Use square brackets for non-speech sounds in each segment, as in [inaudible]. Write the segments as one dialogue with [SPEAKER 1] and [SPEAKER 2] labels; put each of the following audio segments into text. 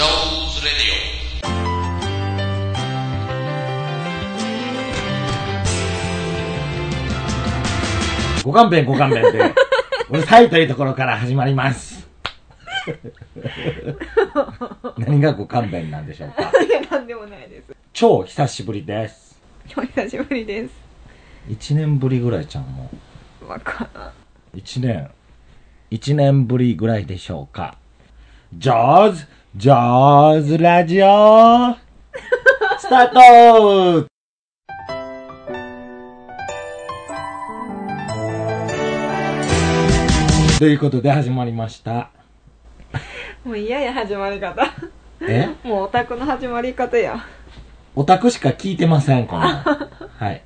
[SPEAKER 1] レディオ
[SPEAKER 2] ご勘弁ご勘弁で、俺、サイというところから始まります。何がご勘弁なんでしょうか。
[SPEAKER 3] いや、 [laughs] なんでもないです。
[SPEAKER 2] 超久しぶりです。
[SPEAKER 3] お久しぶりです。
[SPEAKER 2] 1年ぶりぐらいちゃんも。
[SPEAKER 3] わか
[SPEAKER 2] 1年。1年ぶりぐらいでしょうか。ジョーズ、ジョーズラジオスター [laughs] トということで始まりました。
[SPEAKER 3] もう嫌や、始まり方。
[SPEAKER 2] え
[SPEAKER 3] もうオタクの始まり方や。
[SPEAKER 2] オタクしか聞いてません、この。はい。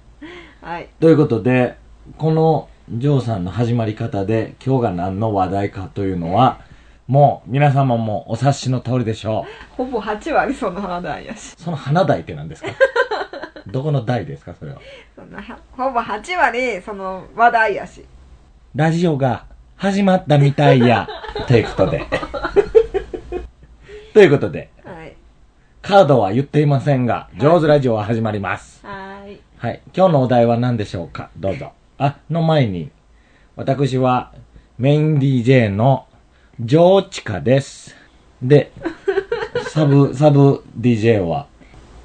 [SPEAKER 3] はい。
[SPEAKER 2] ということで、このジョーさんの始まり方で、今日が何の話題かというのは、もう皆様もお察しの通りでしょ
[SPEAKER 3] ほぼ8割その花台やし。
[SPEAKER 2] う。その花台って何 [laughs] ですかどこの台ですか、それは。
[SPEAKER 3] そんな、ほぼ8割その話題やし。
[SPEAKER 2] ラジオが始まったみたいや。ということ [laughs] で。ということで、
[SPEAKER 3] はい。
[SPEAKER 2] カードは言っていませんが、ジョーズラジオは始まります。
[SPEAKER 3] はい。
[SPEAKER 2] はい。今日のお題は何でしょうかどうぞ。あ、の前に、私はメイン DJ のジョーチカです。で、サブ、サブ DJ は、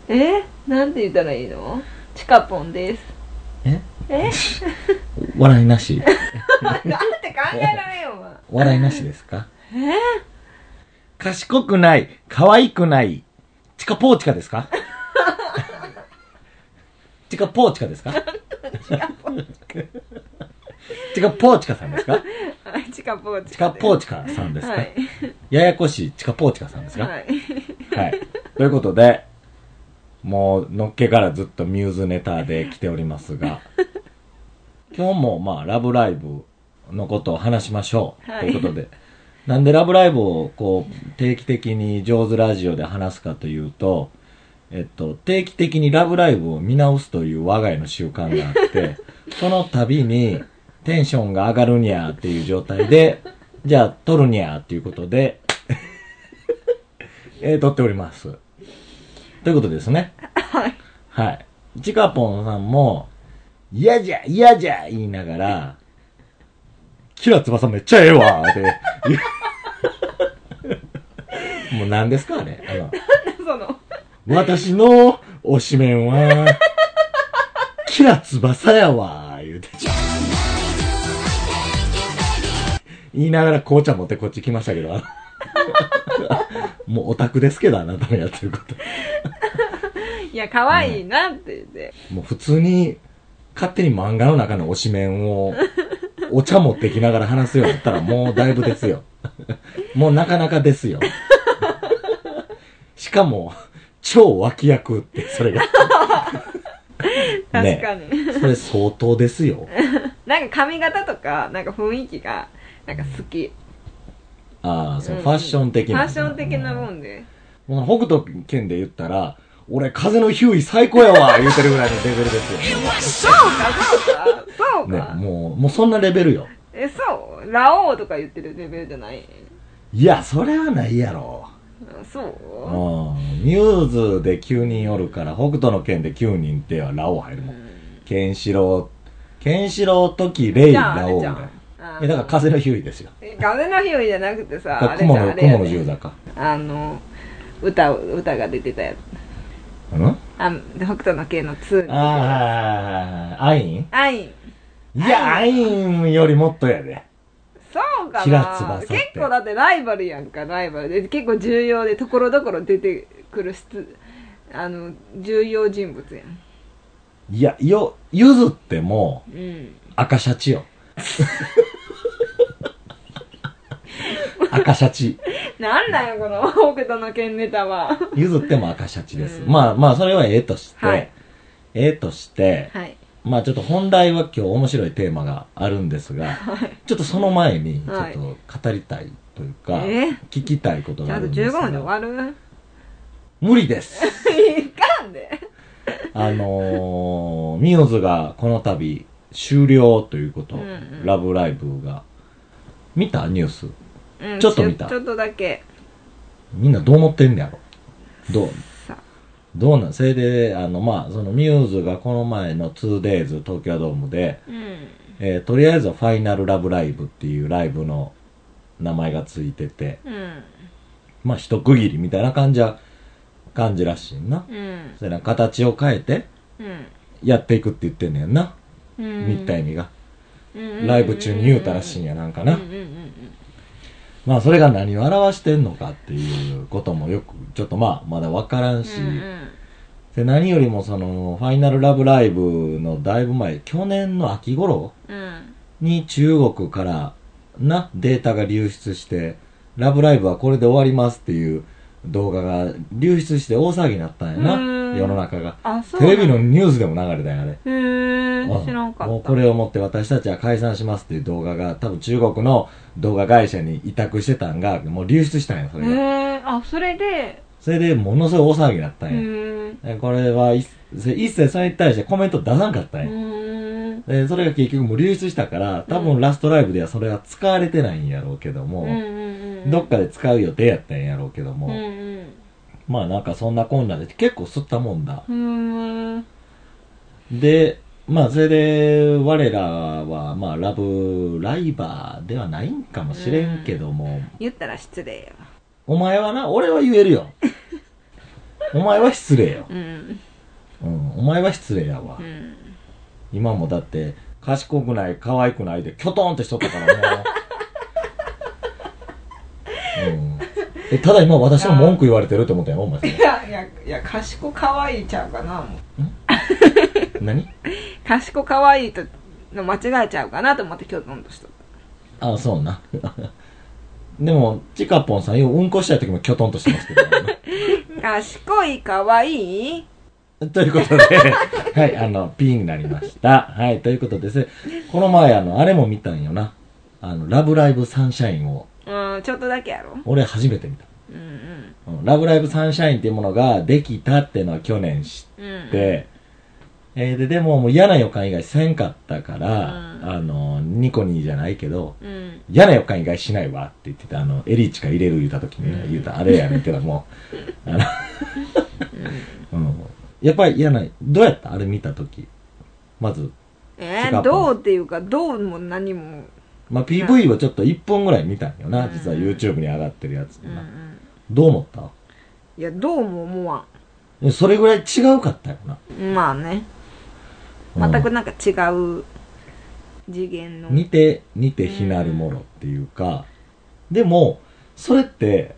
[SPEAKER 3] えなんて言ったらいいのチカポンです。
[SPEAKER 2] え
[SPEAKER 3] え
[SPEAKER 2] 笑いなし
[SPEAKER 3] なんて考えられんわ。
[SPEAKER 2] 笑いなしですか
[SPEAKER 3] え
[SPEAKER 2] 賢くない、可愛くない、チカポーチカです
[SPEAKER 3] [laughs]
[SPEAKER 2] かチカポーチカですかチカポーチカさんですか
[SPEAKER 3] はい、 [laughs] チカポーチ。
[SPEAKER 2] チカポー
[SPEAKER 3] チ
[SPEAKER 2] チカさんですか、
[SPEAKER 3] はい。
[SPEAKER 2] ややこしいチカポーチカさんですか、
[SPEAKER 3] はい。 [laughs]
[SPEAKER 2] はい。ということで、もう、のっけからずっとミューズネタで来ております
[SPEAKER 3] [laughs]
[SPEAKER 2] が、今日もまあ、ラブライブのことを話しましょう。
[SPEAKER 3] はい
[SPEAKER 2] ということで、なんでラブライブをこう、定期的に上手ラジオで話すかというと、えっと、定期的にラブライブを見直すという我が家の習慣があ
[SPEAKER 3] [laughs]
[SPEAKER 2] って、その度にテンションが上がるにゃーっていう状態で、じゃあ撮るにゃーっていうことで、えー撮っております。ということですね。
[SPEAKER 3] はい。
[SPEAKER 2] はい。チカポンさんも、嫌じゃ、嫌じゃ言いながら、キラ翼めっちゃええわって言う。 [laughs] もう何ですかあれあの、
[SPEAKER 3] その、
[SPEAKER 2] 私の推しメンは、キラ翼やわ言うて。言いながら紅茶持ってこっち来ましたけど、あのもうオタクですけど、あなたのやってること。
[SPEAKER 3] いや、可愛いなって言って。
[SPEAKER 2] もう普通に、勝手に漫画の中の推し面を、お茶持ってきながら話すようになったらもうだいぶですよ。もうなかなかですよ。しかも、超脇役って、それが。
[SPEAKER 3] 確かに。
[SPEAKER 2] それ相当ですよ。
[SPEAKER 3] なんか髪型とか、なんか雰囲気が、なんか好き。
[SPEAKER 2] ああ、その
[SPEAKER 3] うん
[SPEAKER 2] ファッション的な。
[SPEAKER 3] ファッション的なもんで。
[SPEAKER 2] もう北斗県で言ったら、俺風のヒューイ最高や
[SPEAKER 3] [laughs]
[SPEAKER 2] わ言うてるぐらいのレベルですよ。
[SPEAKER 3] そうか、そうか、そう
[SPEAKER 2] ね
[SPEAKER 3] か。、
[SPEAKER 2] もう、もうそんなレベルよ。
[SPEAKER 3] え、そうラオウとか言ってるレベルじゃない
[SPEAKER 2] いや、それはないやろ。
[SPEAKER 3] あそう
[SPEAKER 2] うんミューズで9人おるから、北斗の剣で9人ってはラオウ入るもん。ケンシロウ、ケンシロウ、トキ、レイ、
[SPEAKER 3] じゃあ、あ
[SPEAKER 2] ラオ
[SPEAKER 3] れ
[SPEAKER 2] ウ
[SPEAKER 3] じ
[SPEAKER 2] だ
[SPEAKER 3] ゃ
[SPEAKER 2] よ
[SPEAKER 3] ん。あ
[SPEAKER 2] え、だから風のヒューイですよ。
[SPEAKER 3] え風の日和じゃなくてさ、あれじ
[SPEAKER 2] 雲
[SPEAKER 3] ゃん、
[SPEAKER 2] の、
[SPEAKER 3] あれや
[SPEAKER 2] 雲の
[SPEAKER 3] で
[SPEAKER 2] 十座か。
[SPEAKER 3] あの、歌を、歌が出てたやつ。
[SPEAKER 2] うん
[SPEAKER 3] あ、北斗の拳の2。
[SPEAKER 2] ああ、アイン
[SPEAKER 3] アイン。
[SPEAKER 2] いや、アインよりもっとやで。
[SPEAKER 3] そうか
[SPEAKER 2] 平翼っ
[SPEAKER 3] な
[SPEAKER 2] て
[SPEAKER 3] 結構だってライバルやんか、ライバルで。結構重要で、ところどころ出てくる質、あの、重要人物やん。
[SPEAKER 2] いや、よ、ゆずってもう、
[SPEAKER 3] うん。
[SPEAKER 2] 赤シャチよ。赤シャチ。
[SPEAKER 3] なんだよ、この北斗の拳ネタは。
[SPEAKER 2] ゆずっても赤シャチです。
[SPEAKER 3] うん
[SPEAKER 2] まあまあ、それはええとして、
[SPEAKER 3] はい
[SPEAKER 2] ええとして、
[SPEAKER 3] はい。
[SPEAKER 2] まあちょっと本題は今日面白いテーマがあるんですが、ちょっとその前にちょっ
[SPEAKER 3] はい
[SPEAKER 2] と語りたいというか、
[SPEAKER 3] え
[SPEAKER 2] 聞きたいこと
[SPEAKER 3] ち
[SPEAKER 2] が
[SPEAKER 3] ゃ
[SPEAKER 2] あ
[SPEAKER 3] んと
[SPEAKER 2] るん
[SPEAKER 3] 15
[SPEAKER 2] です
[SPEAKER 3] 分で終
[SPEAKER 2] が、
[SPEAKER 3] わる
[SPEAKER 2] 無理です。
[SPEAKER 3] いかんで。
[SPEAKER 2] あのー、ミューズがこの度終了ということ、
[SPEAKER 3] うんうん
[SPEAKER 2] ラブライブが。見たニュース。
[SPEAKER 3] うん
[SPEAKER 2] ちょっと見た
[SPEAKER 3] ちょちょっとだけ。
[SPEAKER 2] みんなどう思ってんねやろ。どう
[SPEAKER 3] さ
[SPEAKER 2] どうなんそれで、あの、まあ、そのミューズがこの前の 2days 東京ドームで、
[SPEAKER 3] うん
[SPEAKER 2] えーとりあえずはファイナルラブライブっていうライブの名前がついてて、
[SPEAKER 3] うん
[SPEAKER 2] まあ、一区切りみたいな感じは、感じらしいな。
[SPEAKER 3] うん
[SPEAKER 2] それな形を変えて、
[SPEAKER 3] うん
[SPEAKER 2] やっていくって言ってんねやんな。
[SPEAKER 3] うん
[SPEAKER 2] みったいみが。
[SPEAKER 3] うん
[SPEAKER 2] ライブ中に言うたらしいんやなんかな
[SPEAKER 3] うん。うんうん
[SPEAKER 2] まあ、それが何を表してんのかっていうこともよく、ちょっとまあ、まだわからんし、
[SPEAKER 3] うんうん
[SPEAKER 2] で何よりもその、ファイナルラブライブのだいぶ前、去年の秋頃
[SPEAKER 3] うん
[SPEAKER 2] に中国からな、データが流出して、ラブライブはこれで終わりますっていう動画が流出して大騒ぎになったんやな
[SPEAKER 3] うー、ん
[SPEAKER 2] 世の中が。
[SPEAKER 3] あそう
[SPEAKER 2] テ
[SPEAKER 3] な
[SPEAKER 2] レビのニュースでも流れたんやね。
[SPEAKER 3] へー知らんかった
[SPEAKER 2] もうこれをもって私たちは解散しますっていう動画が、多分中国の動画会社に委託してたんが、もう流出したんや、それ
[SPEAKER 3] へ
[SPEAKER 2] が。
[SPEAKER 3] えあそれで
[SPEAKER 2] それでものすごい大騒ぎになった
[SPEAKER 3] うん
[SPEAKER 2] や。
[SPEAKER 3] ーん
[SPEAKER 2] でこれは一切一切それに対してコメント出さんかった
[SPEAKER 3] うん
[SPEAKER 2] や、
[SPEAKER 3] ーん
[SPEAKER 2] でそれが結局もう流出したから多
[SPEAKER 3] う
[SPEAKER 2] 分
[SPEAKER 3] ん
[SPEAKER 2] ラストライブではそれは使われてないんやろうけど
[SPEAKER 3] う
[SPEAKER 2] も、
[SPEAKER 3] んうんうん
[SPEAKER 2] どっかで使う予定やったんやろうけど
[SPEAKER 3] うんう
[SPEAKER 2] も、
[SPEAKER 3] ん
[SPEAKER 2] まあなんかそんなこんなで結構吸ったもんだ
[SPEAKER 3] うーん
[SPEAKER 2] でまあそれで我らはまあラブライバーではないんかもしれんけども、
[SPEAKER 3] 言ったら失礼よ
[SPEAKER 2] お前はな俺は言えるよお前は失礼よ、
[SPEAKER 3] うん
[SPEAKER 2] うん、お前は失礼やわ、
[SPEAKER 3] うん
[SPEAKER 2] 今もだって賢くない可愛くないでキョトンってしとったからもう、うん、えただ今私も文句言われてるって思ったよお前
[SPEAKER 3] いやいやいや賢可愛いちゃうかなもう
[SPEAKER 2] 何
[SPEAKER 3] 賢可愛いとの間違えちゃうかなと思って今日飲んとしとっ
[SPEAKER 2] あそうな [laughs] でもちかぽんさんよううんこしたい時もキョトンとしてますけど、
[SPEAKER 3] た賢い可愛い
[SPEAKER 2] [laughs] ということではいあの P になりましたはいということですこの前あのあれも見たんよなあの「ラブライブサンシャイン」を
[SPEAKER 3] うんちょっとだけやろ
[SPEAKER 2] 俺初めて見た
[SPEAKER 3] うん
[SPEAKER 2] 「うんラブライブサンシャイン」っていうものができたっていうのは去年知って
[SPEAKER 3] うんうん
[SPEAKER 2] で、えーで、でももう嫌な予感以外せんかったから、
[SPEAKER 3] うん
[SPEAKER 2] あの、ニコニーじゃないけど、
[SPEAKER 3] うん
[SPEAKER 2] 嫌な予感以外しないわって言ってた、あの、エリーチか入れる言うた時にね、
[SPEAKER 3] うん
[SPEAKER 2] 言うた、あれやねんけど
[SPEAKER 3] [laughs]
[SPEAKER 2] も、あの、うん。やっぱり嫌な、どうやったあれ見た時。まず、
[SPEAKER 3] え
[SPEAKER 2] 違うか
[SPEAKER 3] ー、どうっていうかどうも何も
[SPEAKER 2] まあ、PV をちょっと1本ぐらい見たんよな、
[SPEAKER 3] うん
[SPEAKER 2] 実は YouTube に上がってるやつ
[SPEAKER 3] うんう
[SPEAKER 2] でな、
[SPEAKER 3] ん
[SPEAKER 2] どう思った
[SPEAKER 3] いやどうも思わ
[SPEAKER 2] でもそれぐらい違うかったよな。
[SPEAKER 3] んまあね
[SPEAKER 2] うん
[SPEAKER 3] 全くなんか違う次元の
[SPEAKER 2] 似て似て非なるものっていうか、でもそれって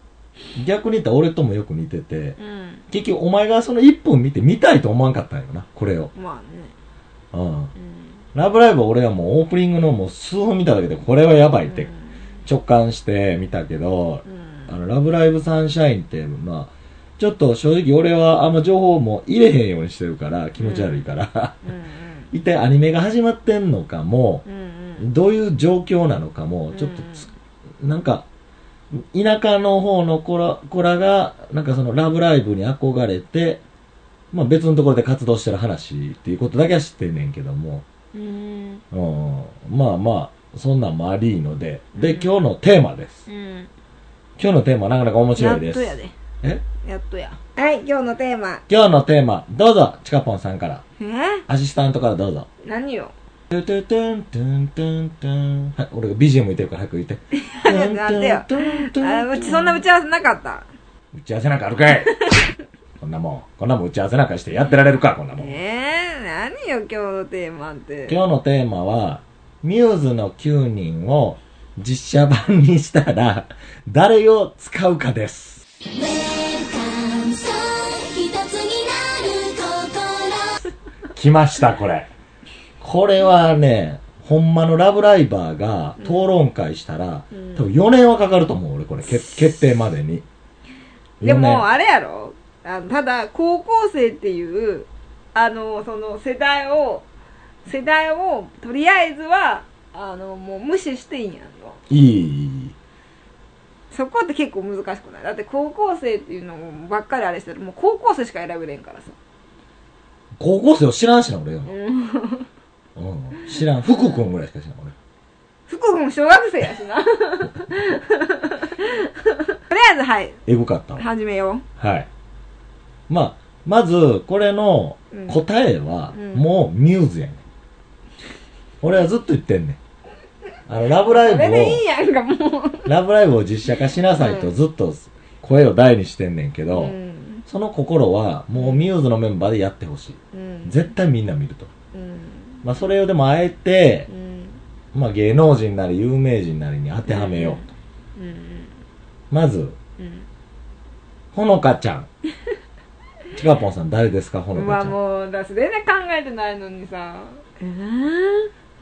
[SPEAKER 2] 逆に言ったら俺ともよく似てて
[SPEAKER 3] うん
[SPEAKER 2] 結局お前がその1分見て見たいと思わんかったんよなこれを、
[SPEAKER 3] まあね
[SPEAKER 2] うん
[SPEAKER 3] うん
[SPEAKER 2] 「ラブライブ!」俺はもうオープニングのもう数分見ただけでこれはやばいって直感して見たけど「
[SPEAKER 3] うん
[SPEAKER 2] あのラブライブサンシャイン」ってまあちょっと正直俺はあんま情報も入れへんようにしてるから気持ち悪いから、
[SPEAKER 3] うん
[SPEAKER 2] 一体アニメが始まってんのかも
[SPEAKER 3] うんうん
[SPEAKER 2] どういう状況なのかもちょっとつなんか、田舎の方の子ら子らが、なんかそのラブライブに憧れて、まあ別のところで活動してる話っていうことだけは知ってんねんけども、
[SPEAKER 3] うん
[SPEAKER 2] うん、まあまあ、そんなんもありので、で、
[SPEAKER 3] うん
[SPEAKER 2] 今日のテーマです。
[SPEAKER 3] うん
[SPEAKER 2] 今日のテーマなかなか面
[SPEAKER 3] や
[SPEAKER 2] 白い
[SPEAKER 3] っ
[SPEAKER 2] で
[SPEAKER 3] と
[SPEAKER 2] す。
[SPEAKER 3] やで
[SPEAKER 2] え
[SPEAKER 3] やっとやはい今日のテーマ
[SPEAKER 2] 今日のテーマ、どうぞ、チカポンさんから、
[SPEAKER 3] え
[SPEAKER 2] アシスタントからどうぞ。
[SPEAKER 3] 何よ
[SPEAKER 2] トゥトゥトゥントゥントゥントゥン。はい、俺が BGM 言ってるから早く言って。
[SPEAKER 3] なんでよ
[SPEAKER 2] トゥントゥントゥントゥン
[SPEAKER 3] あうちそんな打ち合わせなかった
[SPEAKER 2] 打ち合わせなんかあるかい [laughs] こんなもん、こんなもん打ち合わせなんかしてやってられるか、こんなもん。
[SPEAKER 3] えー、何よ今日のテーマって
[SPEAKER 2] 今日のテーマは、ミューズの9人を実写版にしたら、誰を使うかです。
[SPEAKER 1] ウェルカムさ一つになる
[SPEAKER 2] 来ました、これ。これはね、ほんまのラブライバーが討論会したら、
[SPEAKER 3] うん
[SPEAKER 2] 多分4年はかかると思う、俺、これ、決決定までに。
[SPEAKER 3] で
[SPEAKER 2] 4年
[SPEAKER 3] もあれやろあのただ高校生っていうあのその世代を世代をとりあえずはあのもう無視していいんやんの
[SPEAKER 2] いい、いいいい。
[SPEAKER 3] そこって結構難しくないだって高校生っていうのばっかりあれしてるもう高校生しか選べれんからさ
[SPEAKER 2] 高校生を知らんしな、俺よ。
[SPEAKER 3] うん
[SPEAKER 2] うん、知らん。福君ぐらいしか知らん、俺。
[SPEAKER 3] 福君も小学生やしなとりあえずはい
[SPEAKER 2] エグかったわ。
[SPEAKER 3] 始めよう
[SPEAKER 2] はい。まあ、まず、これの
[SPEAKER 3] うん
[SPEAKER 2] 答えは
[SPEAKER 3] うん、
[SPEAKER 2] もうミューズやねん。俺はずっと言ってんねん。あの、ラブライ
[SPEAKER 3] そ
[SPEAKER 2] ブ
[SPEAKER 3] れ
[SPEAKER 2] を、
[SPEAKER 3] でいいやんかもう
[SPEAKER 2] ラブライブを実写化しなさいとずっと声を大にしてんねんけど、
[SPEAKER 3] うん
[SPEAKER 2] その心はもうミューズのメンバーでやってほしい。
[SPEAKER 3] うん
[SPEAKER 2] 絶対みんな見ると。
[SPEAKER 3] うん
[SPEAKER 2] まあそれをでもあえて
[SPEAKER 3] う、ん
[SPEAKER 2] まあ芸能人なり有名人なりに当てはめようと。
[SPEAKER 3] うん
[SPEAKER 2] まず、
[SPEAKER 3] うん
[SPEAKER 2] ほのかちゃ
[SPEAKER 3] [laughs]
[SPEAKER 2] ん。ちかぽんさん誰ですか、ほ
[SPEAKER 3] う
[SPEAKER 2] の
[SPEAKER 3] わ
[SPEAKER 2] かちゃん。
[SPEAKER 3] もうだから全然考えてないのにさえ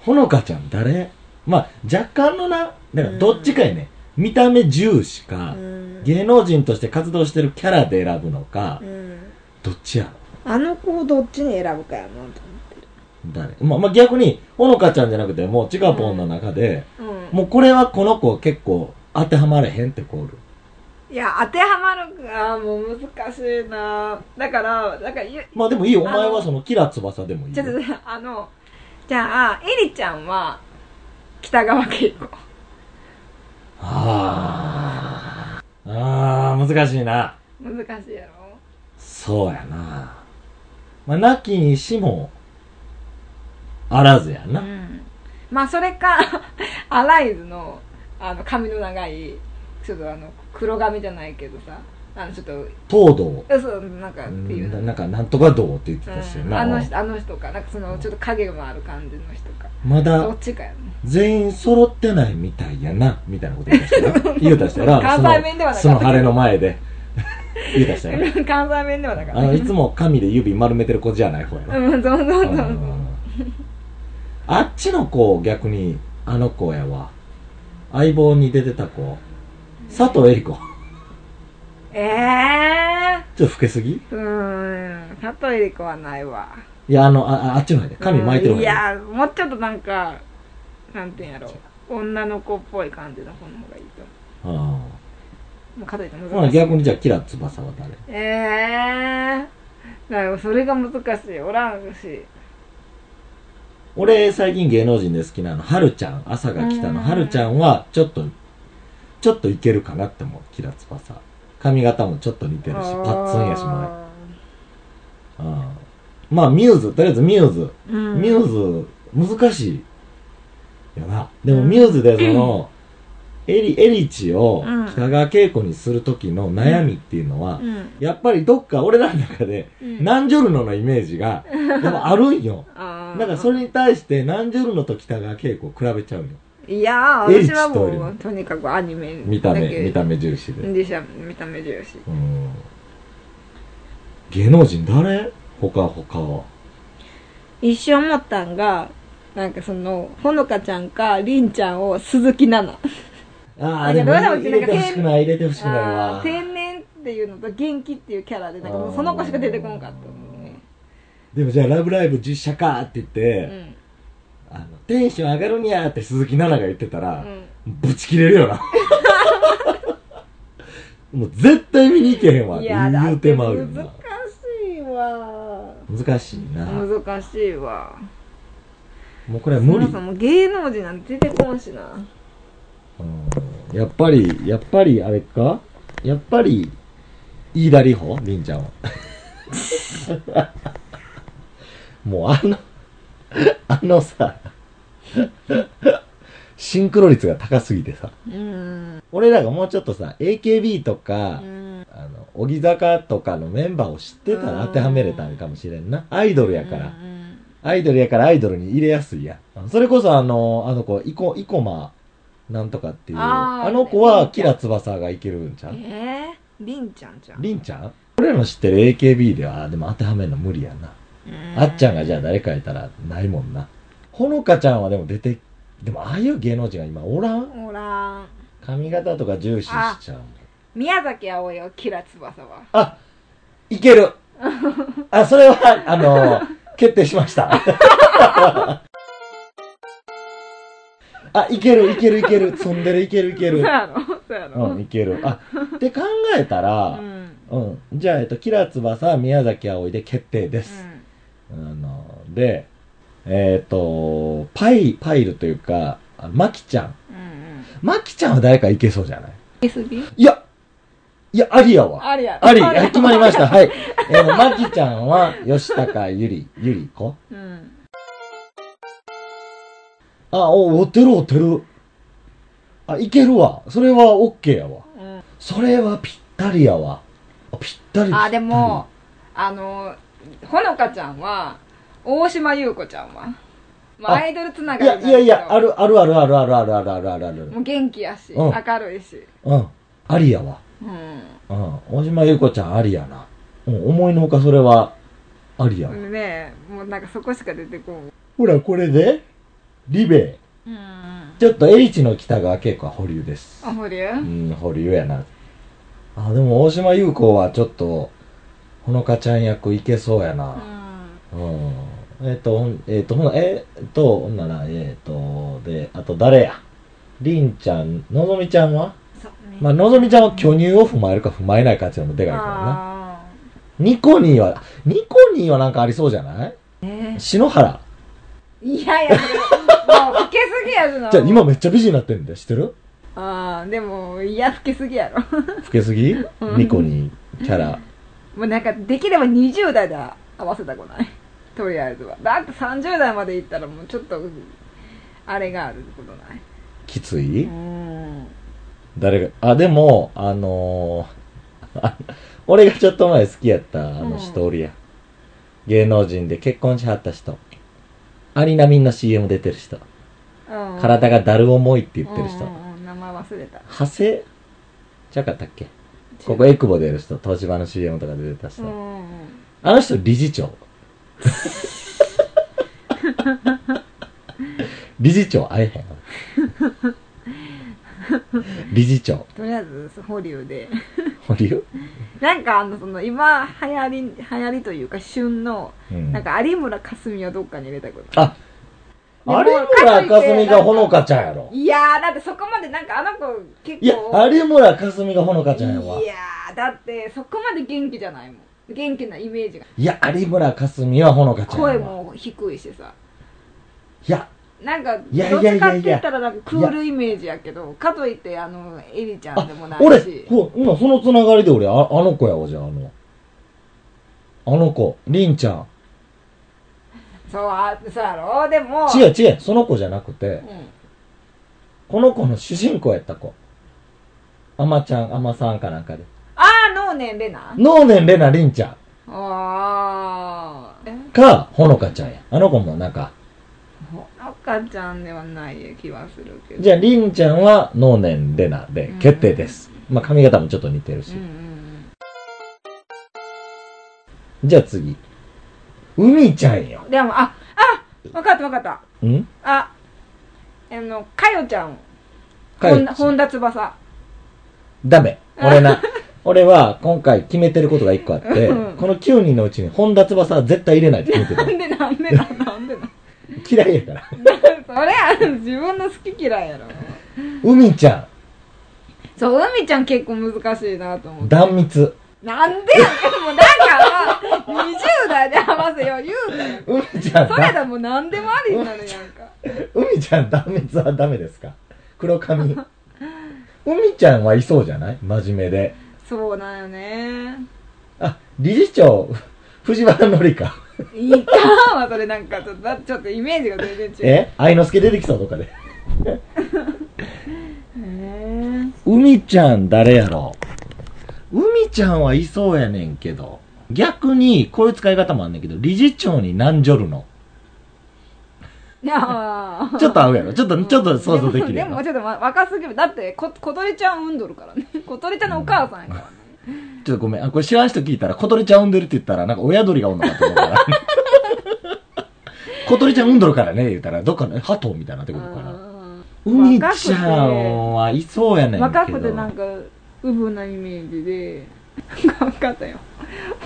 [SPEAKER 2] ほのかちゃん誰まあ若干のな、だからどっちかやね、見た目重視か、
[SPEAKER 3] うん
[SPEAKER 2] 芸能人として活動してるキャラで選ぶのか、
[SPEAKER 3] うん
[SPEAKER 2] どっちやろ
[SPEAKER 3] あの子をどっちに選ぶかやなと思
[SPEAKER 2] 誰まあ、まあ、逆に、ほのかちゃんじゃなくて、もう、ちかぽんの中で、
[SPEAKER 3] ってうん
[SPEAKER 2] もうこれはこの子結構当てはまれへんって子おる。
[SPEAKER 3] いや当てはまるあーもう難しいなだからだからゆ
[SPEAKER 2] まあでもいいよ、お
[SPEAKER 3] あの
[SPEAKER 2] 前はその、キラ翼でもいい
[SPEAKER 3] ちょ
[SPEAKER 2] よ
[SPEAKER 3] っ。とあのじゃあエリちゃんは北川景子
[SPEAKER 2] あー。あー、難しいな。
[SPEAKER 3] 難しいやろ
[SPEAKER 2] そうやな。まあ、なきにしも、あらずや
[SPEAKER 3] う
[SPEAKER 2] な。
[SPEAKER 3] んまあそれか [laughs] アライズのあの髪の長いちょっとあの黒髪じゃないけどさあのちょっと
[SPEAKER 2] 東堂。
[SPEAKER 3] えそうなんかっ
[SPEAKER 2] う
[SPEAKER 3] てい
[SPEAKER 2] ん
[SPEAKER 3] う
[SPEAKER 2] な
[SPEAKER 3] の
[SPEAKER 2] なんか、なんとかどうって言ってたし
[SPEAKER 3] うん
[SPEAKER 2] な。
[SPEAKER 3] あの人あの人かなんかそのちょっと影もある感じの人か
[SPEAKER 2] ま
[SPEAKER 3] ど
[SPEAKER 2] だ
[SPEAKER 3] っ、ちかやね
[SPEAKER 2] 全員揃ってないみたいやな、みたいなこと言い出した
[SPEAKER 3] [laughs]
[SPEAKER 2] ら。言うたしたら、
[SPEAKER 3] 関西弁ではなかった
[SPEAKER 2] その、そ [laughs] の晴れの前で。言うたしたら。
[SPEAKER 3] [laughs] 関西弁ではなかった
[SPEAKER 2] あの、いつも紙で指丸めてる子じゃない方やろ。
[SPEAKER 3] [laughs] うんそうそうそう
[SPEAKER 2] う
[SPEAKER 3] そうん
[SPEAKER 2] あっちの子、逆に、あの子やわ。相棒に出てた子。佐藤恵理子。
[SPEAKER 3] ええ
[SPEAKER 2] ちょっと老けすぎ
[SPEAKER 3] ー、うーん佐藤恵理子はないわ
[SPEAKER 2] いや、あの、あああっちの方やで。紙巻いてる
[SPEAKER 3] うん
[SPEAKER 2] 方
[SPEAKER 3] い
[SPEAKER 2] や
[SPEAKER 3] やもうちょっとなんかなんていうんやろ女の子っぽい感じの子の方がいいと思
[SPEAKER 2] で。うん
[SPEAKER 3] うもうかといって難しい
[SPEAKER 2] ほな、逆にじゃあ、キラ翼は誰
[SPEAKER 3] ええー、だからそれが難しいおらんし
[SPEAKER 2] 俺、最近芸能人で好きなの、はるちゃん。朝が来た
[SPEAKER 3] う
[SPEAKER 2] の。
[SPEAKER 3] ん
[SPEAKER 2] はるちゃんは、ちょっと、ちょっといけるかなって思う。キラ翼。髪型もちょっと似てるし、パッツンやし前。うん。まあ、ミューズ、とりあえずミューズ。
[SPEAKER 3] うん
[SPEAKER 2] ミューズ、難しいよな。でも、
[SPEAKER 3] うん
[SPEAKER 2] ミューズでそ
[SPEAKER 3] [clears throat]
[SPEAKER 2] の、エリ、エリチを
[SPEAKER 3] うん
[SPEAKER 2] 北川景子にする時の悩みっていうのは、
[SPEAKER 3] うん
[SPEAKER 2] やっぱりどっか俺らの中で、
[SPEAKER 3] うん
[SPEAKER 2] ナンジョルノのイメージ
[SPEAKER 3] [laughs]
[SPEAKER 2] が、でもあるんよ。
[SPEAKER 3] あー
[SPEAKER 2] だからそれに対して、ナンジョルノと北川景子を比べちゃうよ。
[SPEAKER 3] いや
[SPEAKER 2] エリ
[SPEAKER 3] ー
[SPEAKER 2] チ
[SPEAKER 3] 私は
[SPEAKER 2] とよ
[SPEAKER 3] も
[SPEAKER 2] り
[SPEAKER 3] うとにかくアニメだけ
[SPEAKER 2] 見た目、見た目重視で。
[SPEAKER 3] でしゃ見た目重視
[SPEAKER 2] うん。芸能人誰他他は。
[SPEAKER 3] 一瞬思ったんがなんかそのほのかちゃんかりんちゃんを鈴木奈々
[SPEAKER 2] ああ、
[SPEAKER 3] い
[SPEAKER 2] で
[SPEAKER 3] や
[SPEAKER 2] も
[SPEAKER 3] どうだろう
[SPEAKER 2] 入れてほしくない、入れてほしくない
[SPEAKER 3] あ
[SPEAKER 2] わ
[SPEAKER 3] ー。天然っていうのと元気っていうキャラでなんかもうその子しか出てこなかったもんね
[SPEAKER 2] でもじゃあ、ラブライブ実写かって言って、
[SPEAKER 3] うん
[SPEAKER 2] あの、テンション上がるにゃーって鈴木奈々が言ってた
[SPEAKER 3] う
[SPEAKER 2] ら、
[SPEAKER 3] ん
[SPEAKER 2] ぶち切れるよ
[SPEAKER 3] [laughs]
[SPEAKER 2] な。もう絶対見に行けへんわって言うてまうよ
[SPEAKER 3] だ
[SPEAKER 2] な。
[SPEAKER 3] って難しいわ
[SPEAKER 2] 難しいな。
[SPEAKER 3] 難しいわ
[SPEAKER 2] もうこれは無理
[SPEAKER 3] そも。そも芸能人なんて出てこんしな
[SPEAKER 2] うんやっぱり、やっぱりあれかやっぱり、飯田里穂りんちゃんは。 [laughs] もうあの、あのさ、シンクロ率が高すぎてさ。
[SPEAKER 3] うん
[SPEAKER 2] 俺らがもうちょっとさ、AKB とか、
[SPEAKER 3] うん
[SPEAKER 2] あの、荻坂とかのメンバーを知ってたら当てはめれたんかもしれんな。アイドルやから。アイドルやからアイドルに入れやすいやん。それこそあの、あの子、イコ、イコマ、なんとかっていう。
[SPEAKER 3] あ
[SPEAKER 2] あ
[SPEAKER 3] ー
[SPEAKER 2] の子は、キラ翼がいけるんちゃう
[SPEAKER 3] えー、りんちゃんじゃん
[SPEAKER 2] りんちゃん俺らの知ってる AKB では、あーでも当てはめるの無理やな。あっちゃんがじゃあ誰かいたら、ないもんな。ほのかちゃんはでも出て、でもああいう芸能人が今おらん
[SPEAKER 3] おらん
[SPEAKER 2] 髪型とか重視しちゃうもん
[SPEAKER 3] 宮崎あおいよキラ翼はい
[SPEAKER 2] けるあ、それは、あの、決定しました。 [laughs] あ、いける、いける、いける。積んでる、いける、いけ
[SPEAKER 3] そう [laughs]
[SPEAKER 2] る。
[SPEAKER 3] やろそうやろ
[SPEAKER 2] うん、いける。あ、って考えたら
[SPEAKER 3] う、ん
[SPEAKER 2] うん、じゃあ、えっと、キラ翼、宮崎あおいで決定です。あの、で、えっ、と、パイ、パイルというか、あマキちゃん。
[SPEAKER 3] うんうんうん
[SPEAKER 2] マキちゃんは誰かいけそうじゃない
[SPEAKER 3] SB?
[SPEAKER 2] いや、いや、ありやわ。
[SPEAKER 3] ありや
[SPEAKER 2] あり。
[SPEAKER 3] あり
[SPEAKER 2] はい決まりました。はい。えー、まきちゃんは、吉高ゆり、ゆり子
[SPEAKER 3] うん。
[SPEAKER 2] あ、お、おてるおてる。あ、いけるわ。それはオッケーやわ。
[SPEAKER 3] うん
[SPEAKER 2] それはぴったりやわ。あぴったり。
[SPEAKER 3] あ、でも、あの、ほのかちゃんは、大島優子ちゃんは、まあ、
[SPEAKER 2] あ
[SPEAKER 3] アイドルつな
[SPEAKER 2] ぴ
[SPEAKER 3] が
[SPEAKER 2] っ
[SPEAKER 3] り
[SPEAKER 2] たり。いやいやいや、あ
[SPEAKER 3] る。
[SPEAKER 2] る、あるあるあるあるあるあるあるあるある。
[SPEAKER 3] もう元気やし、
[SPEAKER 2] うん
[SPEAKER 3] 明るいし。
[SPEAKER 2] うん。ありやわ。
[SPEAKER 3] う
[SPEAKER 2] うん。大島優子ちゃんありやな。うん、思いのほかそれは、ありやわ。
[SPEAKER 3] ん。ねえ、もうなんかそこしか出てこん。
[SPEAKER 2] ほら、これで、リベイ。
[SPEAKER 3] うん。あ、
[SPEAKER 2] ちょっと H の北川景子は保留です。
[SPEAKER 3] ほりゅ
[SPEAKER 2] うん、保留やな。あ、でも大島優子はちょっと、ほのかちゃん役いけそうや
[SPEAKER 3] う
[SPEAKER 2] な。
[SPEAKER 3] ん。
[SPEAKER 2] うん。えっ、と、ほんえっ、と、ほな、えっ、と、ほんなら、えっ、と、で、あと誰やりんちゃん、のぞみちゃんは
[SPEAKER 3] そうね。
[SPEAKER 2] まあ、のぞみちゃんは巨乳を踏まえるか踏まえないかっていうのもでかいからな。
[SPEAKER 3] あ
[SPEAKER 2] ニコニーは、ニコニーはなんかありそうじゃない
[SPEAKER 3] ーね
[SPEAKER 2] 篠原。
[SPEAKER 3] えいやいや、もう老けすぎやぞ。
[SPEAKER 2] じゃあ今めっちゃ美人になってるんだよ。知ってる
[SPEAKER 3] ああ、でも、いや、老けすぎやろ。 [laughs]
[SPEAKER 2] 老けすぎ
[SPEAKER 3] うん
[SPEAKER 2] ニコニー、キャラ。
[SPEAKER 3] もうなんか、できれば20代で合わせたくない。とりあえずは。だって30代までいったらもうちょっと、あれがあることない。
[SPEAKER 2] きつい、
[SPEAKER 3] うん。
[SPEAKER 2] 誰が、あ、でも、あのー [laughs] あ俺がちょっと前好きやったあの人おるやん、芸能人で結婚しはった人。アリナミンの CM 出てる人。体がだる重いって言ってる人。
[SPEAKER 3] うんうんうん、名前忘れた。
[SPEAKER 2] 長谷ちゃうかったっけここエクボ出る人、東芝の CM とかで出た人。
[SPEAKER 3] うんうん。
[SPEAKER 2] あの人理事
[SPEAKER 3] [laughs]
[SPEAKER 2] 長。理事長会え
[SPEAKER 3] [laughs]
[SPEAKER 2] へん。理事長。
[SPEAKER 3] とりあえず、保留で。
[SPEAKER 2] 保留
[SPEAKER 3] なんか、あの、その、今、流行り、流行りというか、旬の、
[SPEAKER 2] うん
[SPEAKER 3] なんか、有村架純をどっかに入れたことない。
[SPEAKER 2] あ、
[SPEAKER 3] で
[SPEAKER 2] 有
[SPEAKER 3] も
[SPEAKER 2] 村架純がほのかちゃんやろ。
[SPEAKER 3] いやー、だってそこまで、なんか、あの子、結構。
[SPEAKER 2] いや、有村架純がほのかちゃんやわ
[SPEAKER 3] い。やー、だって、そこまで元気じゃないもん。元気なイメージが。
[SPEAKER 2] いや、有村架純はほのかちゃんやわ。
[SPEAKER 3] 声も低いしさ。
[SPEAKER 2] いや、
[SPEAKER 3] なんか、どっ
[SPEAKER 2] いやいやいやいや
[SPEAKER 3] ちかって言ったらなんかクールイメージやけど、かといって、あの、エリちゃん
[SPEAKER 2] あ
[SPEAKER 3] でもな、い
[SPEAKER 2] 俺、
[SPEAKER 3] し。
[SPEAKER 2] ほ今そのつながりで俺、ああの子やわ、じゃあ、あの。あの子、りんちゃん。
[SPEAKER 3] そう、あ、そうやろでも、
[SPEAKER 2] 違う違う、その子じゃなくて
[SPEAKER 3] う、ん。
[SPEAKER 2] この子の主人公やった子。あまちゃん、あまさんかなんかで。
[SPEAKER 3] あー、能年レナ
[SPEAKER 2] 能年玲奈りんちゃ
[SPEAKER 3] あー。え
[SPEAKER 2] んか、ほのかちゃんや。あの子もなんか、
[SPEAKER 3] ほのかちゃんではない気はするけど。
[SPEAKER 2] じゃあ、りんちゃんは、能年レナで決定です。まあ、髪型もちょっと似てるし
[SPEAKER 3] うん。うん
[SPEAKER 2] じゃあ次。海ちゃんよ
[SPEAKER 3] う。ん。でも、あ、あ、わかったわかった。
[SPEAKER 2] ん
[SPEAKER 3] あ、あの、かよちゃん。
[SPEAKER 2] か
[SPEAKER 3] ほん
[SPEAKER 2] よちゃ
[SPEAKER 3] 本
[SPEAKER 2] ん。
[SPEAKER 3] 田翼。
[SPEAKER 2] ダメ。俺
[SPEAKER 3] [laughs]
[SPEAKER 2] な。俺は、今回決めてることが一個あって、
[SPEAKER 3] うん
[SPEAKER 2] この9人のうちに本田翼は絶対入れないって決めて
[SPEAKER 3] [laughs] なん
[SPEAKER 2] る。
[SPEAKER 3] でなんでなんなんでなん
[SPEAKER 2] 嫌いやから。
[SPEAKER 3] それは自分の好き嫌いやろ。
[SPEAKER 2] 海ちゃ
[SPEAKER 3] そう、海ちゃん結構難しいなと思っ
[SPEAKER 2] ん、
[SPEAKER 3] て。
[SPEAKER 2] 断密。
[SPEAKER 3] なんでやねんもうだから、20代で合わせよう言うたよ。
[SPEAKER 2] 海ちゃん
[SPEAKER 3] それ
[SPEAKER 2] だ、
[SPEAKER 3] だもう何でもありになるやんか。
[SPEAKER 2] 海ちゃん断密はダメですか黒
[SPEAKER 3] [laughs]
[SPEAKER 2] 髪。海ちゃんはいそうじゃない真面目で。
[SPEAKER 3] そうなんよね。
[SPEAKER 2] あ、理事長、藤原紀
[SPEAKER 3] [laughs]
[SPEAKER 2] 香。
[SPEAKER 3] いたんわ、それなんかちょっと、だちょっとイメージが全然違う。
[SPEAKER 2] え愛之助出てきたとかで。
[SPEAKER 3] えー、
[SPEAKER 2] 海ちゃん誰やろ海ちゃんはいそうやねんけど、逆に、こういう使い方もあんねんけど、理事長になんじょるの。
[SPEAKER 3] いや [laughs] ー
[SPEAKER 2] ちょっと合うやろちょっと、ちょっと想像できる
[SPEAKER 3] で
[SPEAKER 2] や
[SPEAKER 3] も
[SPEAKER 2] ろ
[SPEAKER 3] も [laughs] ちょっとわ若すぎるだってこ小鳥ちゃん産んどるからね小鳥ちゃんのお母さんやから、
[SPEAKER 2] ちょっとごめん。あ、これ知らん人聞いたら、小鳥ちゃん産んでるって言ったら、なんか親鳥がおんのかと思うから。 [laughs] 小鳥ちゃん産んどるからね、言ったら、どっかの、ハトみたいになって [laughs] くるから。海ちゃんはいそうやねんけど。
[SPEAKER 3] 若くてなんかうぶなイメージで分かったよ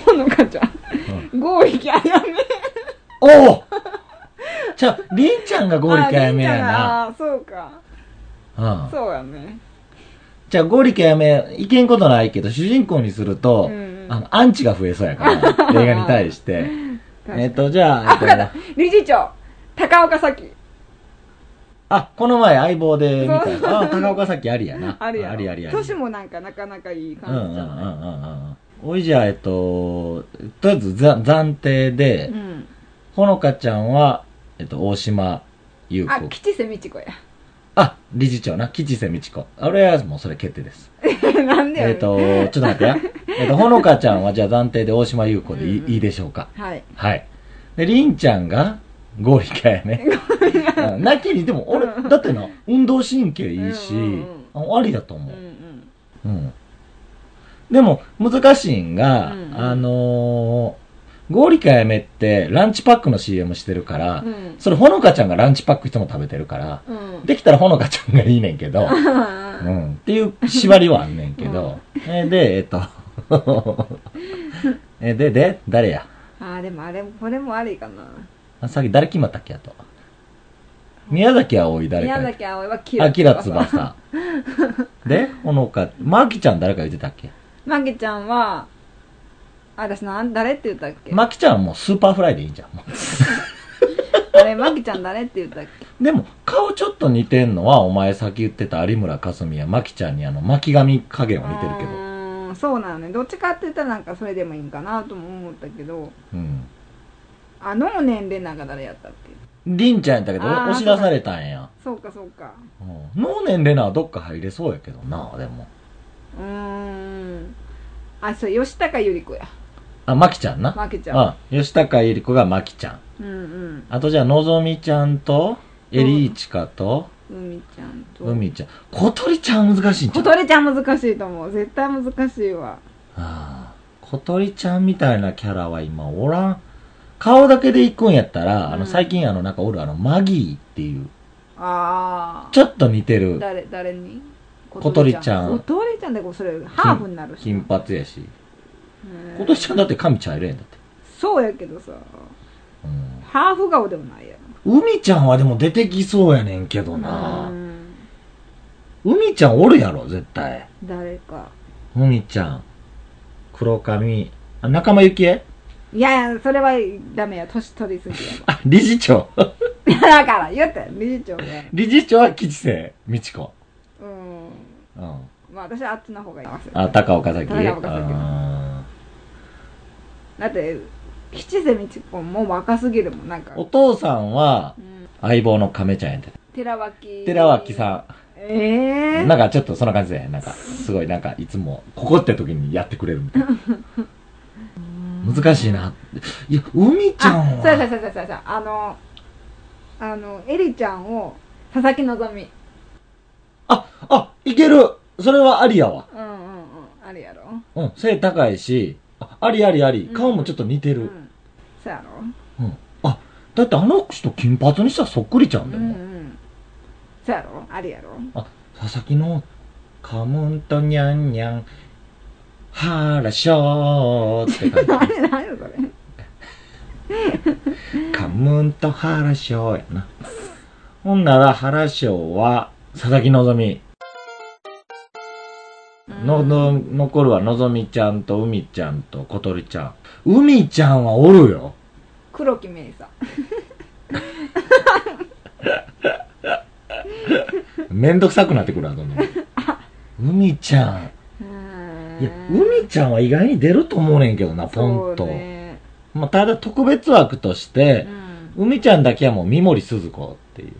[SPEAKER 3] ほのかちゃん剛力あやめ
[SPEAKER 2] おおじゃあ、りん [laughs] ちゃんがゴーリキやめやな。
[SPEAKER 3] あそうか
[SPEAKER 2] うん。
[SPEAKER 3] そうやね
[SPEAKER 2] じゃあ、ゴーリキやめ、いけんことないけど、主人公にすると、
[SPEAKER 3] うん
[SPEAKER 2] あの、アンチが増えそうや
[SPEAKER 3] [laughs]
[SPEAKER 2] から、映画に対して。えっと、じゃあ、えっと
[SPEAKER 3] 理事長高岡早紀
[SPEAKER 2] あ、この前相棒で見た
[SPEAKER 3] そう
[SPEAKER 2] や。あ、高岡早紀ありやな。
[SPEAKER 3] あるやろ
[SPEAKER 2] ありありあり。
[SPEAKER 3] 年もなんかなかなかいい
[SPEAKER 2] うんうんうんう
[SPEAKER 3] 感じじゃない
[SPEAKER 2] んうん。おいじゃあ、えっと、とりあえずざ暫定で、
[SPEAKER 3] うん、
[SPEAKER 2] ほのかちゃんは、えっと、大島優子。
[SPEAKER 3] あ吉瀬美智子や
[SPEAKER 2] あ、理事長な、吉瀬美智子。あれはもうそれ決定です。
[SPEAKER 3] [laughs] なんでや
[SPEAKER 2] え
[SPEAKER 3] ろ
[SPEAKER 2] っ、と、ちょっと待ってや。えっと、ほのかちゃんはじゃあ暫定で大島優子でいい,、
[SPEAKER 3] うんうん
[SPEAKER 2] いいでしょうか。
[SPEAKER 3] はい
[SPEAKER 2] はい。で、りんちゃんが、合理かやね。うんなきに、でも俺、だってな、運動神経いいし、
[SPEAKER 3] うんうん
[SPEAKER 2] あありだと
[SPEAKER 3] う
[SPEAKER 2] 思
[SPEAKER 3] んう
[SPEAKER 2] う。
[SPEAKER 3] ん
[SPEAKER 2] うん。でも、難しいんが、
[SPEAKER 3] うんうん
[SPEAKER 2] あのー、ゴーリカやめって、ランチパックの CM してるから、
[SPEAKER 3] うん
[SPEAKER 2] それ、ほのかちゃんがランチパックいつも食べてるから、
[SPEAKER 3] うん
[SPEAKER 2] できたらほのかちゃんがいいねんけど、
[SPEAKER 3] [laughs] あ
[SPEAKER 2] うん、っていう縛りはあんねんけど、えで、えっと、 [laughs] えで、で、誰や
[SPEAKER 3] ーでもあれもこれもありかな
[SPEAKER 2] あさっき誰決まったっけやと。宮崎葵誰か
[SPEAKER 3] 宮
[SPEAKER 2] や
[SPEAKER 3] 崎葵はキ
[SPEAKER 2] あ
[SPEAKER 3] ラ
[SPEAKER 2] きらつば
[SPEAKER 3] [laughs]
[SPEAKER 2] さ。で、ほのか、まきちゃん誰か言ってたっけ
[SPEAKER 3] マギちゃんはあ私なん誰って言ったっけ、
[SPEAKER 2] まきちゃんはもうスーパーフライでいいんじゃん。も
[SPEAKER 3] あれマギちゃん誰って言ったっけ
[SPEAKER 2] うでも、顔ちょっと似てんのは、お前さっき言ってた有村架純やまきちゃんにあの巻き髪加減は似てるけ
[SPEAKER 3] う
[SPEAKER 2] ど。
[SPEAKER 3] ーんそうなのねどっちかって言ったらなんかそれでもいいんかなとも思ったけど
[SPEAKER 2] うん。
[SPEAKER 3] あの年齢なんか誰やったっていう
[SPEAKER 2] りんちゃんやったけど、
[SPEAKER 3] あー
[SPEAKER 2] 押し出されたんや。
[SPEAKER 3] そうかそうか
[SPEAKER 2] うん能年レナはどっか入れそうやけどな、でも。
[SPEAKER 3] うーんあそう吉高由里子や
[SPEAKER 2] あ、まきちゃんな。
[SPEAKER 3] マギちゃん
[SPEAKER 2] あ、吉高由里子がまきちゃん。
[SPEAKER 3] うんうん
[SPEAKER 2] あとじゃあ、のぞみちゃんと、えりいちかと、
[SPEAKER 3] 海ちゃんと
[SPEAKER 2] うみちゃん。小鳥ちゃん難しいんちゃ
[SPEAKER 3] 小
[SPEAKER 2] う
[SPEAKER 3] 鳥ちゃん難しいと思う絶対難しいわ
[SPEAKER 2] あー小鳥ちゃんみたいなキャラは今おらん。顔だけで行くんやったら、あ
[SPEAKER 3] う
[SPEAKER 2] の
[SPEAKER 3] ん
[SPEAKER 2] 最近あのなんかおるあのマギーっていう、
[SPEAKER 3] あ
[SPEAKER 2] ちょっと似て
[SPEAKER 3] あ
[SPEAKER 2] る
[SPEAKER 3] 誰誰に
[SPEAKER 2] 小鳥ちゃん
[SPEAKER 3] 小鳥ちゃんでこうそれハーフになるし
[SPEAKER 2] 金髪やし。
[SPEAKER 3] うん
[SPEAKER 2] 小鳥ちゃんだって髪茶色やんだって。
[SPEAKER 3] そうやけどさ
[SPEAKER 2] うん
[SPEAKER 3] ハーフ顔でもないや
[SPEAKER 2] うみちゃんはでも出てきそうやねんけど
[SPEAKER 3] ろ
[SPEAKER 2] な
[SPEAKER 3] う。ん
[SPEAKER 2] うみちゃんおるやろ、絶対。
[SPEAKER 3] 誰か
[SPEAKER 2] うみちゃん。黒髪。あ、仲間由紀恵
[SPEAKER 3] いやいやそれはダメや年取りすぎや
[SPEAKER 2] あ、理事長。 [laughs]
[SPEAKER 3] わ [laughs] だから言って理事長が
[SPEAKER 2] 理事長は吉瀬美智子。
[SPEAKER 3] うん
[SPEAKER 2] うん。
[SPEAKER 3] まあ私はあっちの方がいい
[SPEAKER 2] あ、高岡崎。
[SPEAKER 3] 高岡早紀
[SPEAKER 2] あ
[SPEAKER 3] だって吉瀬美智子も若すぎるもんなんか
[SPEAKER 2] ーお父さんは
[SPEAKER 3] うん
[SPEAKER 2] 相棒の亀ちゃんやってた
[SPEAKER 3] 寺脇
[SPEAKER 2] 寺脇さ
[SPEAKER 3] ええ
[SPEAKER 2] ん。なんかちょっとそんな感じで、なんか、すごいなんかいつも、ここって時にやってくれるみたいな。難しいな。いや、海ちゃ
[SPEAKER 3] あ
[SPEAKER 2] ん
[SPEAKER 3] そうそ
[SPEAKER 2] は、
[SPEAKER 3] うそうそうそうそうあのあのエリちゃんを佐々木希
[SPEAKER 2] あ、あ、いけるそれはありやわ。
[SPEAKER 3] うんうんうんあるやろ
[SPEAKER 2] うん、背高いし、あありありあり
[SPEAKER 3] う。ん
[SPEAKER 2] 顔もちょっと似て
[SPEAKER 3] う
[SPEAKER 2] る。
[SPEAKER 3] んそうやろ
[SPEAKER 2] うん。あ、だってあの人金髪にしたらそっくりちゃう
[SPEAKER 3] うんん
[SPEAKER 2] だ
[SPEAKER 3] う
[SPEAKER 2] よね。
[SPEAKER 3] んそうやろあるやろ
[SPEAKER 2] 佐々木の「カムンとニャンニャンハラショー」って
[SPEAKER 3] [laughs] あ
[SPEAKER 2] 感
[SPEAKER 3] れ何やそれ
[SPEAKER 2] じカムンとハラショーやなほんならハラショーは佐々木希のの残るはのぞみちゃんとうみちゃんと小鳥ちゃんうみちゃんはおるよ
[SPEAKER 3] 黒木メイさん
[SPEAKER 2] めんどくさくなってくるわどんどんうみちゃんいやうみちゃんは意外に出ると思うねんけどなポンと、
[SPEAKER 3] そうね
[SPEAKER 2] まあ、ただ特別枠として、
[SPEAKER 3] うん
[SPEAKER 2] 梅ちゃんだけはもう三森鈴子って
[SPEAKER 3] [laughs]
[SPEAKER 2] いう。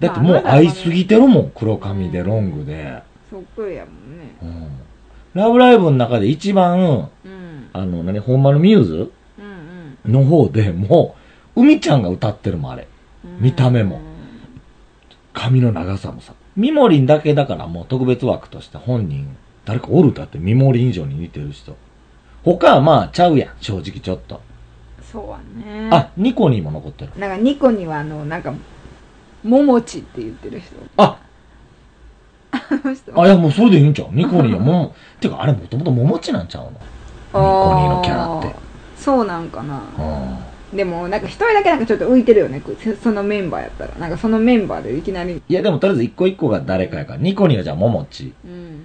[SPEAKER 2] だってもう
[SPEAKER 3] まあ
[SPEAKER 2] 会いすぎてるもん、黒髪でロングで。
[SPEAKER 3] そっくりやもんね
[SPEAKER 2] うん。ラブライブの中で一番、
[SPEAKER 3] うん
[SPEAKER 2] あの、何、本丸ミューズ
[SPEAKER 3] うんうん
[SPEAKER 2] の方でもう、海ちゃんが歌ってるもん、あれ。
[SPEAKER 3] うん
[SPEAKER 2] 見た目も髪の長さもさ。ミモリンだけだからもう特別枠として本人、誰かおるだってミモリン以上に似てる人。他はまあ、ちゃうやん、正直ちょっと。
[SPEAKER 3] そうはね
[SPEAKER 2] あ、ニコニーも残ってる。
[SPEAKER 3] なんかニコにはあのなんかももちって言ってる人
[SPEAKER 2] あ、
[SPEAKER 3] あの人
[SPEAKER 2] あ、いや、もうそれでいいんちゃうニコニーはもう、てかあれもともと桃地なんちゃうの
[SPEAKER 3] あ
[SPEAKER 2] ニコニーのキャラって
[SPEAKER 3] そうなんかな
[SPEAKER 2] う
[SPEAKER 3] でもなんか一人だけなんかちょっと浮いてるよねこうそのメンバーやったらなんかそのメンバーでいきなり
[SPEAKER 2] ん。いや、でもとりあえず一個一個が誰かやから、ニコニーはじゃあ桃地。
[SPEAKER 3] うん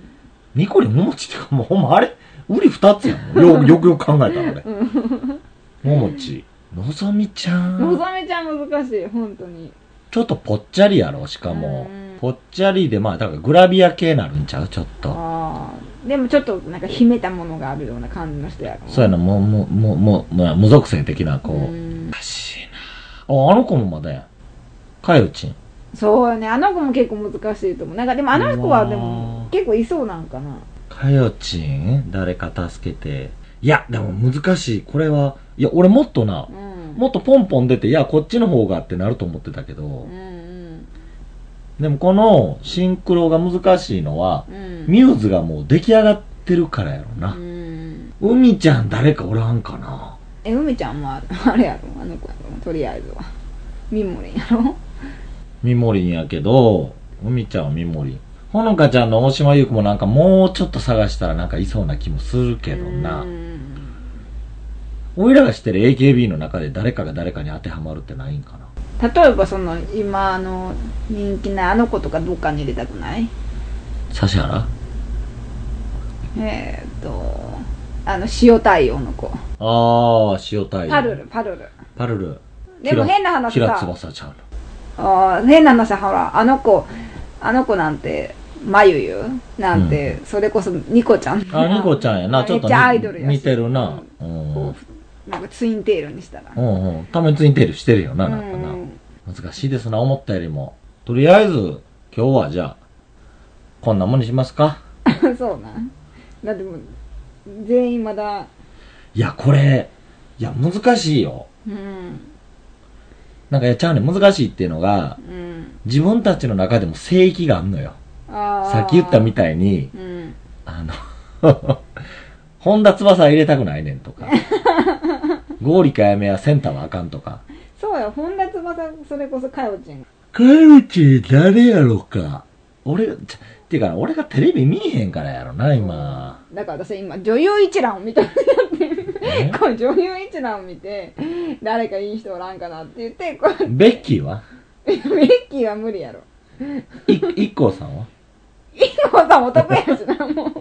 [SPEAKER 2] ニコニー桃地ってかもうほんまあれ売り二つやん。よ、よくよく考えたらね。桃地。のぞみちゃ
[SPEAKER 3] の
[SPEAKER 2] ん。
[SPEAKER 3] ぞみちゃん難しい本当に
[SPEAKER 2] ちょっとぽっちゃりやろ、しかも
[SPEAKER 3] うん。
[SPEAKER 2] ぽっちゃりで、まあ、だからグラビア系になるんちゃうちょっと。
[SPEAKER 3] ああでもちょっとなんか秘めたものがあるような感じの人やから
[SPEAKER 2] そうやな、もう、もう、もう、もう、もう無属性的な子。
[SPEAKER 3] うん
[SPEAKER 2] おかしいなあ、あの子もまだやん。かよちん。
[SPEAKER 3] そうよねあの子も結構難しいと思うなんかでもあの子はで
[SPEAKER 2] うわ
[SPEAKER 3] も
[SPEAKER 2] ー
[SPEAKER 3] 結構いそうなんかな
[SPEAKER 2] かよちん誰か助けて。いや、でも難しい。これは、いや、俺もっとな
[SPEAKER 3] う、ん
[SPEAKER 2] もっとポンポン出て、いや、こっちの方がってなると思ってたけど
[SPEAKER 3] うん、うん
[SPEAKER 2] でもこのシンクロが難しいのは、
[SPEAKER 3] うん
[SPEAKER 2] ミューズがもう出来上がってるからやろ
[SPEAKER 3] う
[SPEAKER 2] な。
[SPEAKER 3] ん
[SPEAKER 2] 海ちゃん誰かおらんかな。
[SPEAKER 3] え梅ちゃんもああれやろあの子やろとりあえずはみもりんやろ
[SPEAKER 2] みもりんやけど、海ちゃんはみもりん。ほのかちゃんの大島優子もなんかもうちょっと探したらなんかいそうな気もするけどな
[SPEAKER 3] う。ん
[SPEAKER 2] 俺らが知ってる AKB の中で誰かが誰かに当てはまるってないんかな。
[SPEAKER 3] 例えばその今あの人気なあの子とかどっかに入れたくない
[SPEAKER 2] 指原
[SPEAKER 3] えー、っとあの塩対応の子
[SPEAKER 2] あー、塩対応。
[SPEAKER 3] パルル。パルル
[SPEAKER 2] パルル。
[SPEAKER 3] でも変な話
[SPEAKER 2] 平
[SPEAKER 3] さ
[SPEAKER 2] 翼ちゃんの。
[SPEAKER 3] あー変な話ほらあの子あの子なんてまゆゆなんて、それこそニコちゃん
[SPEAKER 2] あ、ニコちゃんやな。ちょっと
[SPEAKER 3] めっちゃアイドルやし
[SPEAKER 2] 似てるな。うん。う
[SPEAKER 3] こ
[SPEAKER 2] ん
[SPEAKER 3] うなんかツインテールにしたら
[SPEAKER 2] うん。ためついてるしてるよな、なんか
[SPEAKER 3] う
[SPEAKER 2] な。
[SPEAKER 3] ん
[SPEAKER 2] 難しいですな、思ったよりも。とりあえず、今日はじゃあ、こんなもんにしますか
[SPEAKER 3] そうなん [laughs] だってもう全員まだ
[SPEAKER 2] いや、これ、いや、難しいよ。
[SPEAKER 3] うん
[SPEAKER 2] なんか、いやっちゃうねん、難しいっていうのが、
[SPEAKER 3] うん
[SPEAKER 2] 自分たちの中でも聖域があんのよ。
[SPEAKER 3] あー
[SPEAKER 2] さっき言ったみたいに、
[SPEAKER 3] うん
[SPEAKER 2] あの、 [laughs] 本田翼入れたくないねん
[SPEAKER 3] [laughs]
[SPEAKER 2] とか、ゴーリかやめやセンターはあかんとか。
[SPEAKER 3] そうよ本田翼それこそかよちん
[SPEAKER 2] かよち誰やろか。俺、ちっていうかな、俺がテレビ見えへんからやろな、今。
[SPEAKER 3] だから私今女優一覧を見た
[SPEAKER 2] え
[SPEAKER 3] こう女優一覧を見て誰かいい人おらんかなって言ってこう
[SPEAKER 2] ベッキーは
[SPEAKER 3] ミッキーは無理やろ
[SPEAKER 2] い、一行さんは
[SPEAKER 3] でもさお得やしなもう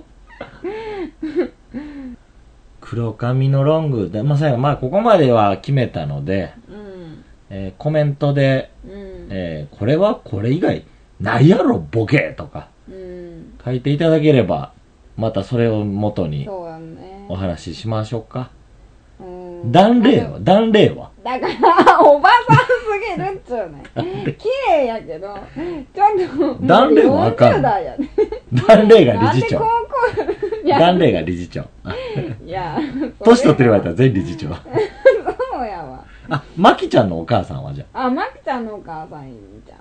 [SPEAKER 2] 黒髪のロングで、まあ、最後、まあ、ここまでは決めたので、
[SPEAKER 3] うん
[SPEAKER 2] えーコメントで、
[SPEAKER 3] うん
[SPEAKER 2] えーこれはこれ以外、ないやろ、ボケとか、
[SPEAKER 3] うん
[SPEAKER 2] 書いていただければ、またそれを元に
[SPEAKER 3] そうや
[SPEAKER 2] お
[SPEAKER 3] んね
[SPEAKER 2] 話ししましょうか。
[SPEAKER 3] うん
[SPEAKER 2] 断例は断例は
[SPEAKER 3] だからおばさんすぎるっちゅうね綺麗やけどちょっと
[SPEAKER 2] 断れはあかん
[SPEAKER 3] 40代やね
[SPEAKER 2] 断例が
[SPEAKER 3] なん
[SPEAKER 2] 理
[SPEAKER 3] で
[SPEAKER 2] 事
[SPEAKER 3] 高
[SPEAKER 2] 長。
[SPEAKER 3] 校いや
[SPEAKER 2] 断例が理事長。あ
[SPEAKER 3] いや
[SPEAKER 2] 年取ってるわれ
[SPEAKER 3] わ
[SPEAKER 2] たら全理事長。
[SPEAKER 3] そうやわ
[SPEAKER 2] あ、まきちゃんのお母さんはじゃあ、
[SPEAKER 3] あまきちゃんのお母さんいいじゃん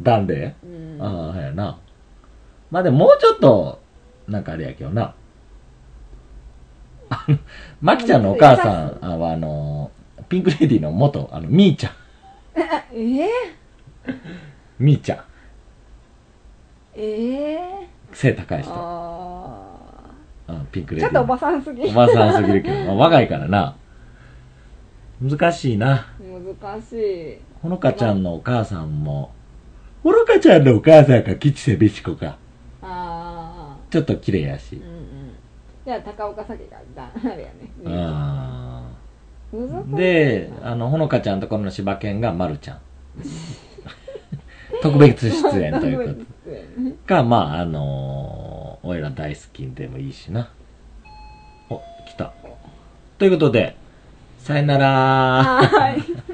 [SPEAKER 2] 断例
[SPEAKER 3] うん
[SPEAKER 2] ああ、はいやな。まあでももうちょっと、なんかあれやけどな。あの、まきちゃんのお母さんはあの、ピンクレディーの元、あの、みーちゃん。
[SPEAKER 3] え
[SPEAKER 2] みーちゃん。
[SPEAKER 3] えええ
[SPEAKER 2] 背高い人。
[SPEAKER 3] あ
[SPEAKER 2] うん、ピンク
[SPEAKER 3] ー
[SPEAKER 2] レ
[SPEAKER 3] ち
[SPEAKER 2] デ
[SPEAKER 3] ょ
[SPEAKER 2] ィーの。
[SPEAKER 3] っとおばさんすぎ
[SPEAKER 2] おばさんすぎるけど、まあ若いからな。難しいな。
[SPEAKER 3] 難しい
[SPEAKER 2] ほのかちゃんのお母さんも、ほのかちゃんのお母さんか吉瀬美智子か、
[SPEAKER 3] ああ
[SPEAKER 2] ちょっと綺麗やし
[SPEAKER 3] うん。うんじゃあ高岡早紀がだあれやね
[SPEAKER 2] あ
[SPEAKER 3] 難し
[SPEAKER 2] ー
[SPEAKER 3] い
[SPEAKER 2] で、あの、ほのかちゃんところの柴犬がまるちゃん。 [laughs] 特別出演というこ
[SPEAKER 3] [laughs] とね
[SPEAKER 2] と。か、まあ、あのー、俺ら大好きでもいいしな。お、来た。ということで、さよなら
[SPEAKER 3] はい